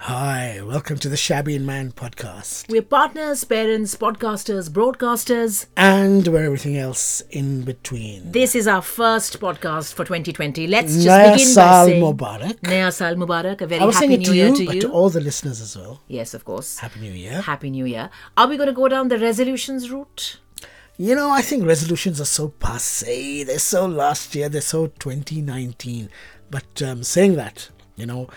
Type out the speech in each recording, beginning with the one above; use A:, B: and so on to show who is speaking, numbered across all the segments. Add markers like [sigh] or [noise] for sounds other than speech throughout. A: Hi, welcome to the Shabby and Man podcast
B: We're partners, parents, podcasters, broadcasters.
A: and we're everything else in between.
B: This is our first podcast for 2020. Let's just
A: Naya
B: begin
A: Saal
B: by saying
A: Mubarak.
B: Naya Saal Mubarak, a very
A: I was saying
B: happy
A: it
B: new
A: to
B: year
A: you,
B: to
A: but
B: you.
A: to all the listeners as well.
B: yes, of course.
A: Happy New Year.
B: Happy New Year. Are we going to go down the resolutions route?
A: You know, I think resolutions are so passe. They're so last year. They're so 2019. But um, saying that, you know,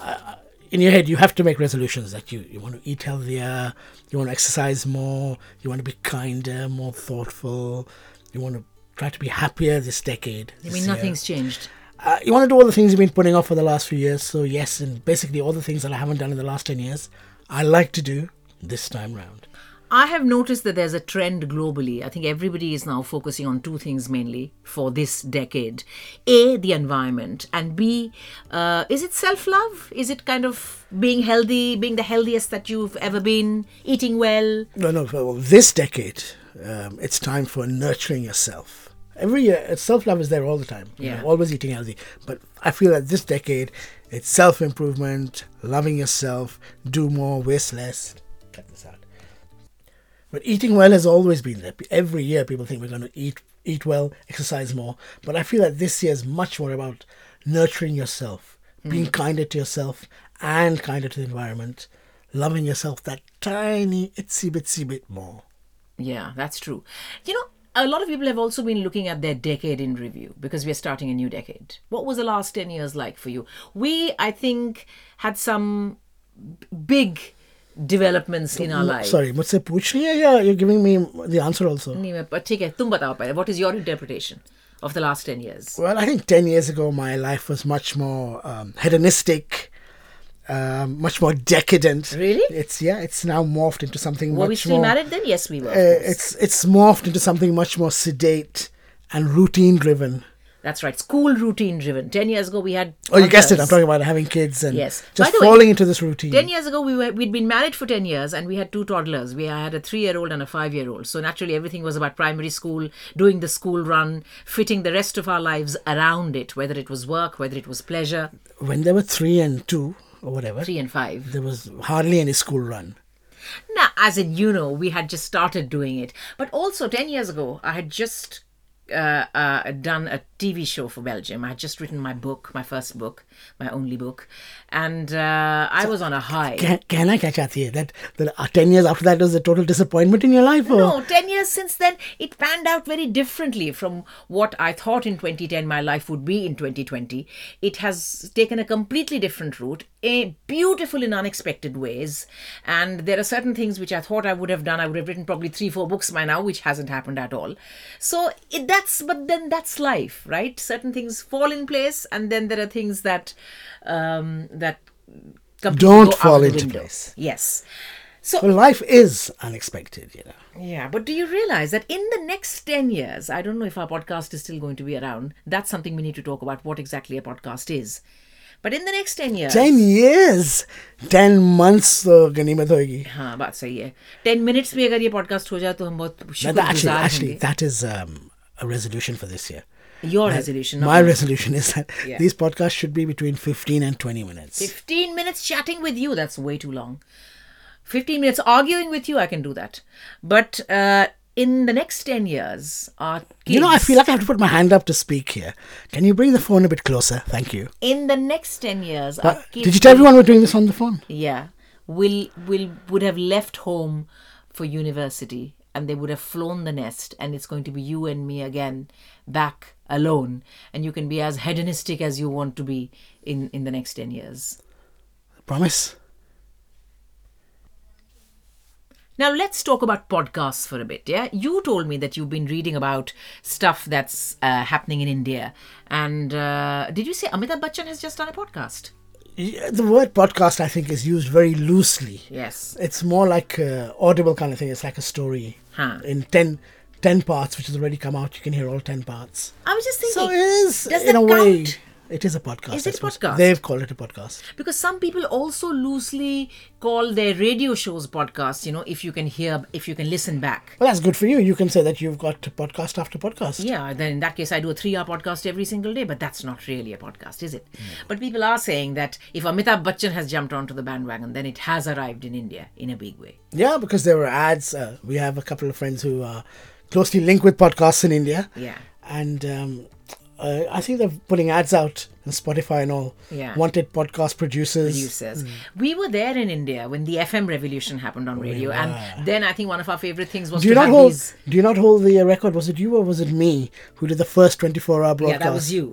A: uh, in your head, you have to make resolutions that you, you want to eat healthier, you want to exercise more, you want to be kinder, more thoughtful, you want to try to be happier this decade.
B: I
A: this
B: mean,
A: year.
B: nothing's changed.
A: Uh, you want to do all the things you've been putting off for the last few years. So, yes, and basically all the things that I haven't done in the last 10 years, I like to do this time round.
B: I have noticed that there's a trend globally. I think everybody is now focusing on two things mainly for this decade A, the environment, and B, uh, is it self love? Is it kind of being healthy, being the healthiest that you've ever been, eating well?
A: No, no. For this decade, um, it's time for nurturing yourself. Every year, self love is there all the time. you
B: Yeah.
A: know, always eating healthy. But I feel that this decade, it's self improvement, loving yourself, do more, waste less. Cut this out. But eating well has always been there. Every year, people think we're going to eat eat well, exercise more. But I feel that this year is much more about nurturing yourself, being kinder to yourself and kinder to the environment, loving yourself that tiny itsy bitsy bit more.
B: Yeah, that's true. You know, a lot of people have also been looking at their decade in review because we are starting a new decade. What was the last 10 years like for you? We, I think, had some b- big developments in our lives.
A: Sorry, मुझसे पूछ रही है या you're giving me the answer also?
B: नहीं मैं पर ठीक है तुम बताओ पहले what is your interpretation of the last 10 years
A: Well, I think 10 years ago, my life was much more um, hedonistic. Um, much more decadent.
B: Really?
A: It's yeah. It's now morphed into something
B: were we
A: much
B: still
A: more.
B: Married then yes we
A: Uh,
B: were
A: it's it's morphed into something much more sedate and routine driven.
B: That's right school routine driven 10 years ago we had
A: Oh, you guessed it. I'm
B: others.
A: talking about having kids and
B: Yes.
A: just
B: By the way,
A: falling into this routine.
B: 10 years ago we were we'd been married for 10 years and we had two toddlers we I had a 3 year old and a 5 year old so naturally everything was about primary school doing the school run fitting the rest of our lives around it whether it was work whether it was pleasure
A: when they were three and two or whatever,
B: 3 and 5
A: there was hardly any school run.
B: Nah, as in, you know, we had just started doing it. But also, 10 years ago, I had just uh, uh, done a TV show for Belgium. I had just written my book, my first book, my only book. And uh, I was on a high.
A: Can, can I catch up here? That that uh, ten years after that was a total disappointment in your life. Or?
B: No, 10 years since then, it panned out very differently from what I thought in 2010 my life would be in 2020. It has taken a completely different route, a beautiful in unexpected ways. And there are certain things which I thought I would have done. I would have written probably three, four books by now, which hasn't happened at all. So it, that's, but then that's life, right? Certain things fall in place, and then there are things that, um, that completely
A: Don't
B: go out
A: fall
B: the
A: into
B: window.
A: place.
B: Yes.
A: Well, life is unexpected, you know.
B: Yeah, but do you realize that in the next 10 years, I don't know if our podcast is still going to be around. That's something we need to talk about what exactly a podcast is. But in the next 10 years,
A: Ten years, ten months. So ganimat hogi.
B: हाँ बात सही है 10 minutes में अगर ये podcast हो जाए तो हम बहुत
A: Now, that- Actually,
B: शुक्रगुजार
A: actually, that is um, a resolution for this year.
B: होंगे your resolution
A: My
B: my
A: resolution is that
B: Yeah.
A: these podcasts should be between 15 and 20 minutes.
B: 15 minutes chatting with you that's way too long 15 minutes arguing with you I can do that but uh, in the next 10 years our kids,
A: You know, I feel like I have to put my hand up to speak here. Can you bring the phone a bit closer? Thank you. Uh,
B: in the next 10 years our kids
A: Did you tell everyone we're doing this on the phone?
B: yeah will will would have left home for university and they would have flown the nest and it's going to be you and me again back alone and you can be as hedonistic as you want to be in in the next 10 years
A: Promise?
B: now let's talk about podcasts for a bit yeah you told me that you've been reading about stuff that's uh, happening in india and uh, did you say amitabh bachchan has just done a podcast
A: Yeah, the word podcast, I think, is used very loosely.
B: yes
A: It's more like uh, audible kind of thing. It's like a story
B: Huh.
A: in 10, 10 parts, which has already come out. You can hear all 10 parts.
B: i was just thinking
A: So it is,
B: does
A: in
B: that
A: a way.
B: count?
A: It is a podcast.
B: Is it
A: I suppose.
B: podcast?
A: They've called it a podcast.
B: because some people also loosely call their radio shows podcasts you know if you can hear if you can listen back
A: Well, that's good for you. You can say that you've got podcast after podcast.
B: yeah then in that case i do a three hour podcast every single day but that's not really a podcast is it but people are saying that if amitabh bachchan has jumped onto the bandwagon then it has arrived in india in a big way
A: Yeah, because there were ads. Uh, we have a couple of friends who are closely linked with podcasts in India.
B: Yeah.
A: And um, uh, I think they're putting ads out on Spotify and all.
B: Yeah.
A: Wanted podcast producers.
B: producers.
A: Hmm.
B: We were there in India when the FM revolution happened on radio, and then I think one of our favorite things was
A: Oh, Do
B: to
A: you not
B: have
A: hold?
B: these.
A: Do you not hold the uh, record? Was it you or was it me who did the first twenty-four hour
B: Yeah,
A: broadcast?
B: that was you.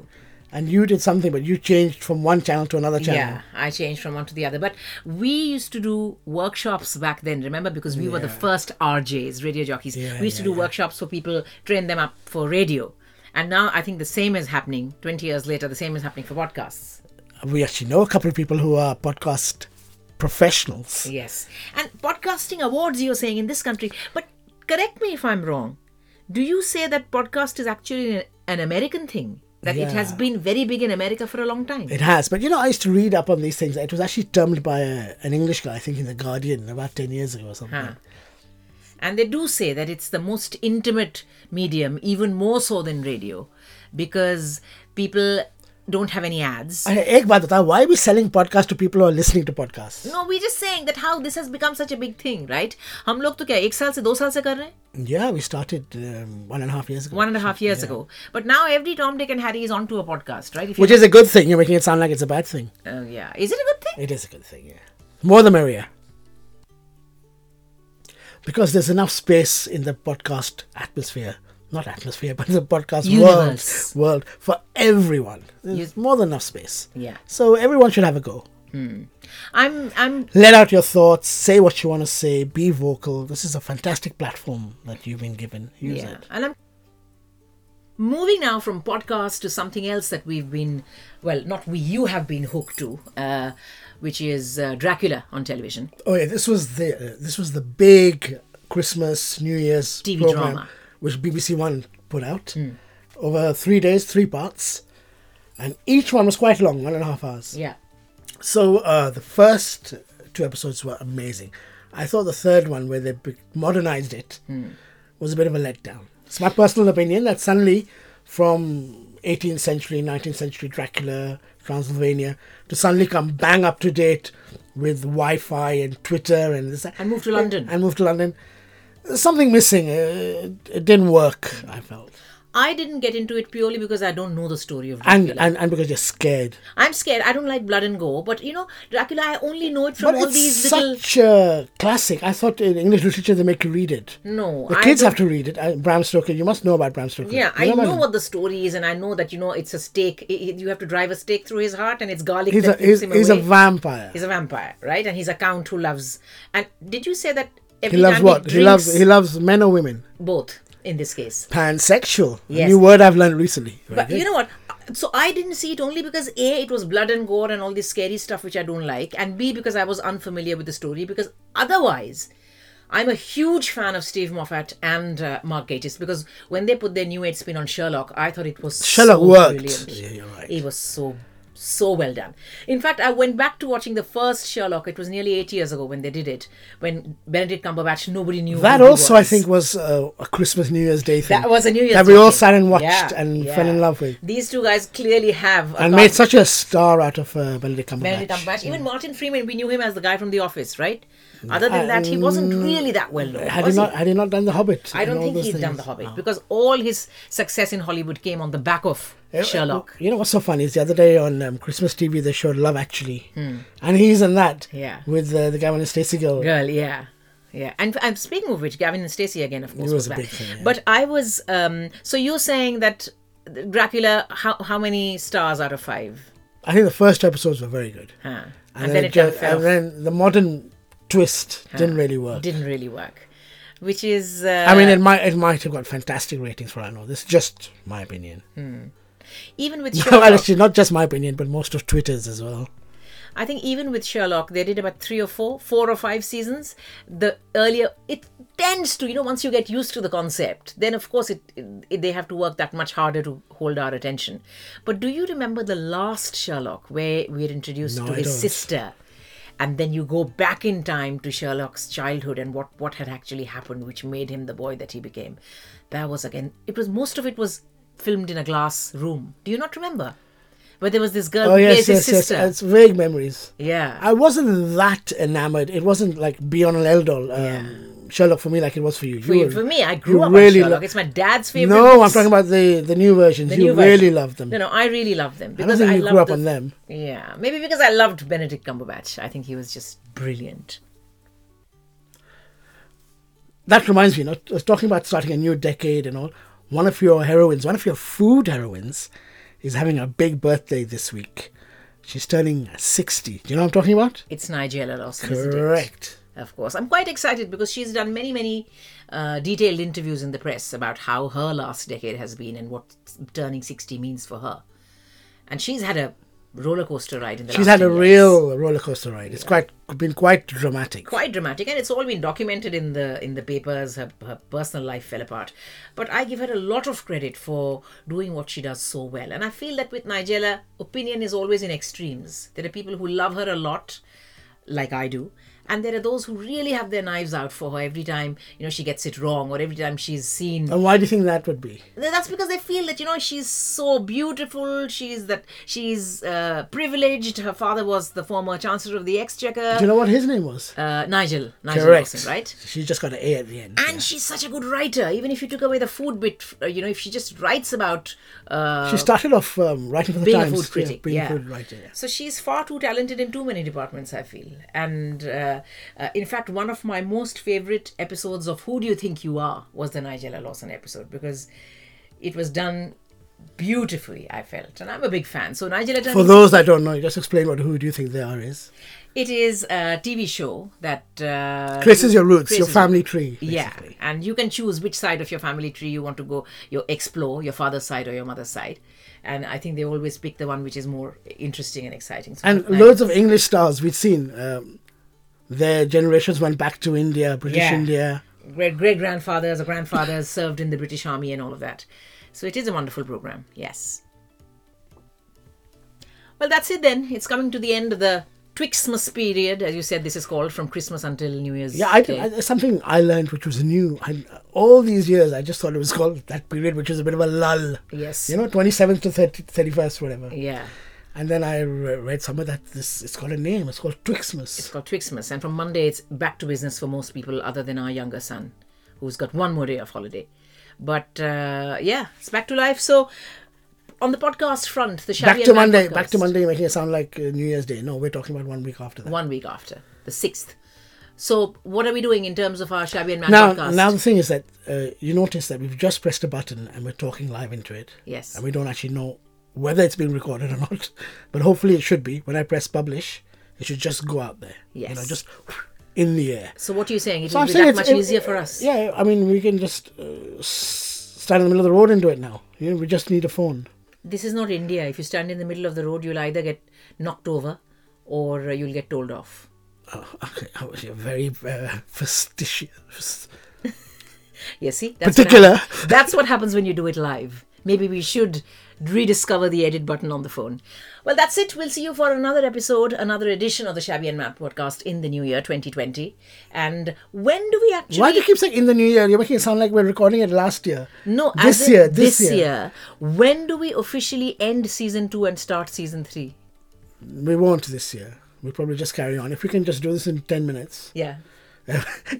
A: And you did something, but you changed from one channel to another channel.
B: Yeah, I changed from one to the other. But we used to do workshops back then, remember? Because we were the first RJs, radio jockeys.
A: Yeah,
B: we used to
A: yeah,
B: do workshops for people, train them up for radio. And now I think the same is happening 20 years later, the same is happening for podcasts.
A: We actually know a couple of people who are podcast professionals.
B: Yes. And podcasting awards, you're saying, in this country. But correct me if I'm wrong. Do you say that podcast is actually an, an American thing? That it has
A: Yeah.
B: been very big in America for a long time?
A: It has, but you know, I used to read up on these things. It was actually termed by a, an English guy, I think, in the Guardian about ten years ago or something.
B: Huh. And they do say that it's the most intimate medium, even more so than radio, because people don't have any ads.
A: I एक बात बताओ, why are we selling podcasts to people who are listening to podcasts?
B: no, we're just saying that how this has become such a big thing, right? हम लोग तो क्या एक साल से दो साल से कर रहे हैं
A: Yeah, we started um, one and a half years ago.
B: one and a half years ago. But now every Tom, Dick, and Harry is onto a podcast, right? If
A: Which is a good thing. You're making it sound like it's a bad thing.
B: Oh, yeah. Is it a good thing?
A: It is a good thing, yeah. More the merrier. Because there's enough space in the podcast atmosphere, not atmosphere, [laughs] but the podcast
B: Universe.
A: world, world for everyone. There's
B: Yes.
A: more than enough space.
B: Yeah.
A: So everyone should have a go.
B: I'm I'm
A: Let out your thoughts, say what you want to say, be vocal. This is a fantastic platform that you've been given. Use
B: yeah,
A: it.
B: and I'm moving now from podcast to something else that we've been well, not we you have been hooked to, uh, which is uh, Dracula on television.
A: Oh yeah, this was the uh, this was the big Christmas New Year's
B: TV
A: program,
B: drama.
A: which BBC One put out over three days, three parts, and each one was quite long, one and a half hours.
B: Yeah,
A: So uh, the first two episodes were amazing. I thought the third one, where they be- modernized it,
B: Hmm.
A: was a bit of a letdown. It's my personal opinion that suddenly, from 18th century, 19th century Dracula, Transylvania, to suddenly come bang up to date with Wi-Fi and Twitter and this
B: And move to London.
A: and move to London. There's something missing. Uh, it- it didn't work. I felt,
B: I didn't get into it purely because I don't know the story of Dracula.
A: and and, and because you're scared.
B: I'm scared. I don't like blood and gore, but you know, Dracula. I only know it from
A: But
B: all
A: it's
B: these little.
A: such a classic. I thought in English literature they make you read it.
B: No,
A: The
B: I
A: kids
B: don't-
A: have to read it. I, Bram Stoker, you must know about Bram Stoker.
B: Yeah, I
A: You about
B: know
A: him?
B: what the story is, and I know that you know it's a stake. i- i- You have to drive a stake through his heart, and it's garlic
A: He's a,
B: that
A: he's,
B: keeps him
A: he's a
B: away.
A: vampire.
B: He's a vampire, right? And he's a count who loves. And did you say that every
A: He loves
B: time
A: what?
B: he
A: He loves
B: drinks
A: he loves men or women.
B: both in this case?
A: Pansexual. A
B: Yes.
A: new word I've learned recently. Very
B: But
A: good.
B: you know what? So I didn't see it only because a it was blood and gore and all this scary stuff which I don't like, and b because I was unfamiliar with the story. Because otherwise, I'm a huge fan of Steve Moffat and uh, Mark Gatiss because when they put their new age spin on Sherlock, I thought it was
A: Sherlock
B: so
A: worked.
B: Brilliant.
A: Yeah, you're right.
B: It was so so well done. In fact, I went back to watching the first Sherlock. It was nearly eight years ago when they did it. When Benedict Cumberbatch, nobody knew
A: that
B: who he
A: also, I
B: was.
A: think, was uh, a Christmas New Year's Day thing.
B: That was a New Year's
A: That we all
B: Day.
A: sat and watched
B: Yeah,
A: and
B: yeah.
A: fell in love with.
B: These two guys clearly have a
A: And
B: con-
A: made such a star out of uh, Benedict Cumberbatch.
B: Benedict Cumberbatch. Even Martin Freeman, we knew him as the guy from The Office, right? Other than that, he wasn't really that well known.
A: Had he
B: was he?
A: not had he not done The Hobbit?
B: I
A: and
B: don't
A: all
B: think
A: those
B: he's done
A: things.
B: The Hobbit because all his success in Hollywood came on the back of
A: Eh,
B: Sherlock.
A: Uh, You know what's so funny is the other day on um, Christmas TV they showed Love Actually, and he's in that.
B: Hmm. Yeah.
A: With uh, the guy and Stacey Girl.
B: Girl, yeah. Yeah, and, and speaking of which, Gavin and Stacey again, of course,
A: It was a
B: back.
A: big thing, yeah.
B: But I was, um, so you're saying that Dracula, how, how many stars out of five?
A: I think the first episodes were very good,
B: Huh. And, then it
A: ju-
B: just, fell
A: and then the modern twist didn't really work.
B: off. didn't really work, which is. Uh,
A: I mean, it might it might have got fantastic ratings for all I know. This is just my
B: [laughs]
A: opinion.
B: even with
A: well, [laughs]
B: Sherlock,
A: actually, not just my opinion, but most of Twitter's as well.
B: I think even with Sherlock, they did about three or four, four or five seasons. The earlier it tends to, you know, once you get used to the concept, then of course it, it they have to work that much harder to hold our attention. But do you remember the last Sherlock where we're introduced
A: No,
B: to
A: I
B: his
A: don't.
B: sister? And then you go back in time to Sherlock's childhood and what, what had actually happened, which made him the boy that he became. That was again, it was most of it was filmed in a glass room. Do you not remember? Where there was this girl
A: Oh
B: who
A: yes,
B: plays
A: yes,
B: his
A: yes.
B: sister.
A: It's vague memories.
B: Yeah.
A: I wasn't that enamored. It wasn't like Beyond an Eldol, um, Sherlock for me, like it was for you.
B: for, you- for me, I grew
A: you
B: up
A: really
B: on Sherlock.
A: lo-
B: it's my dad's favorite.
A: no, I'm
B: books.
A: talking about the the new versions.
B: The
A: you
B: new version.
A: really loved them.
B: No, no, I really love them
A: I don't
B: because
A: think
B: I,
A: you
B: loved
A: grew up
B: the-
A: on them.
B: Yeah, maybe because I loved Benedict Cumberbatch. I think he was just brilliant.
A: That reminds me. You know, I was talking about starting a new decade and all. One of your heroines, one of your food heroines, is having a big birthday this week. She's turning sixty. Do you know what I'm talking about?
B: It's Nigella Lawson, isn't it?
A: Correct.
B: Of course, I'm quite excited because she's done many, many uh, detailed interviews in the press about how her last decade has been and what turning 60 means for her. And she's had a roller coaster ride in the
A: She's
B: last
A: had a
B: 10 years.
A: real roller coaster ride. It's quite been quite dramatic.
B: quite dramatic and it's all been documented in the in the papers her, her personal life fell apart but i give her a lot of credit for doing what she does so well and i feel that with nigella opinion is always in extremes there are people who love her a lot like i do and there are those who really have their knives out for her every time you know she gets it wrong or every time she's seen
A: And why do you think that would be?
B: Th- that's because they feel that you know she's so beautiful she's that she's uh, privileged her father was the former chancellor of the exchequer
A: Do you know what his name was?
B: uh, Nigel, Nigel Lawson, right?
A: She just got an A at the end.
B: And she's such a good writer. Even if you took away the food bit, f- uh, you know, if she just writes about, uh,
A: she started off um, writing for the
B: being a
A: Times.
B: food critic,
A: being
B: yeah.
A: a food writer. yeah.
B: so she's far too talented in too many departments. I feel, and uh, uh, in fact, one of my most favorite episodes of Who Do You Think You Are was the Nigella Lawson episode because it was done beautifully. I felt, and I'm a big fan. So Nigella,
A: For
B: Turner-
A: those that don't know, just explain what Who Do You Think They Are is.
B: it is a TV show that uh,
A: Traces your roots, your
B: traces-
A: family tree. basically.
B: Yeah, and you can choose which side of your family tree you want to go, your explore, your father's side or your mother's side. And I think they always pick the one which is more interesting and exciting. So
A: And
B: like-
A: loads of English stars we've seen. Um, their generations went back to India, British
B: Yeah.
A: India.
B: great great grandfathers or
A: [laughs]
B: grandfathers served in the British Army and all of that. So it is a wonderful program. Yes. Well, that's it then. It's coming to the end of the Twixmas period, as you said. This is called from Christmas until New Year's.
A: Yeah, I,
B: Day.
A: I something I learned which was new. I, all these years, I just thought it was called that period, which is a bit of a lull.
B: yes.
A: You know, 27th to 30, 31st, whatever.
B: yeah.
A: And then I re- read somewhere that this it's got a name. It's called Twixmas.
B: It's called Twixmas, and from Monday it's back to business for most people, other than our younger son, who's got one more day of holiday. But uh, yeah, it's back to life. So on the podcast front, the Shabby
A: back
B: and
A: to
B: Matt
A: Monday.
B: podcast,
A: Back to Monday, making it sound like uh, New Year's Day. No, we're talking about one week after that.
B: One week after the sixth. So what are we doing in terms of our Shabby and Matt
A: Now,
B: podcast?
A: now the thing is that uh, you notice that we've just pressed a button and we're talking live into it.
B: Yes.
A: And we don't actually know whether it's been recorded or not, [laughs] but hopefully it should be. When I press publish, it should just go out there. You know,
B: Yes.
A: just in the air.
B: so what are you saying? It
A: So
B: will
A: I'm
B: be
A: saying
B: that
A: it's
B: much
A: it-
B: easier for us.
A: Yeah, I mean, we can just uh, s- stand in the middle of the road and do it now. You know, we just need a phone.
B: This is not India. If you stand in the middle of the road, you'll either get knocked over or uh, you'll get told off.
A: Oh, okay. I was very uh, fastidious.
B: Yeah, see, that's what
A: Particular.
B: hap- that's what happens when you do it live. Maybe we should rediscover the edit button on the phone. Well, that's it. We'll see you for another episode, another edition of the Shabby and Matt podcast in the new year 2020. And when do we actually?
A: Why do you keep saying in the new year? You're making it sound like we're recording it last year.
B: no, as
A: this
B: in
A: year. This, year.
B: When do we officially end season two and start season three?
A: We won't this year. We'll probably just carry on. If we can just do this in 10 minutes, [laughs]
B: Yeah,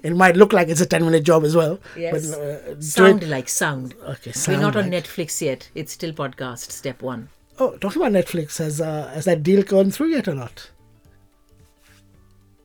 A: it might look like it's a 10 minute job as well.
B: Yes.
A: But, uh, do
B: sound
A: it-
B: like sound.
A: Okay,
B: We're
A: sound
B: not on
A: like-
B: Netflix yet. It's still podcast step one.
A: Oh, talking about Netflix, has, uh, has that deal gone through yet or not?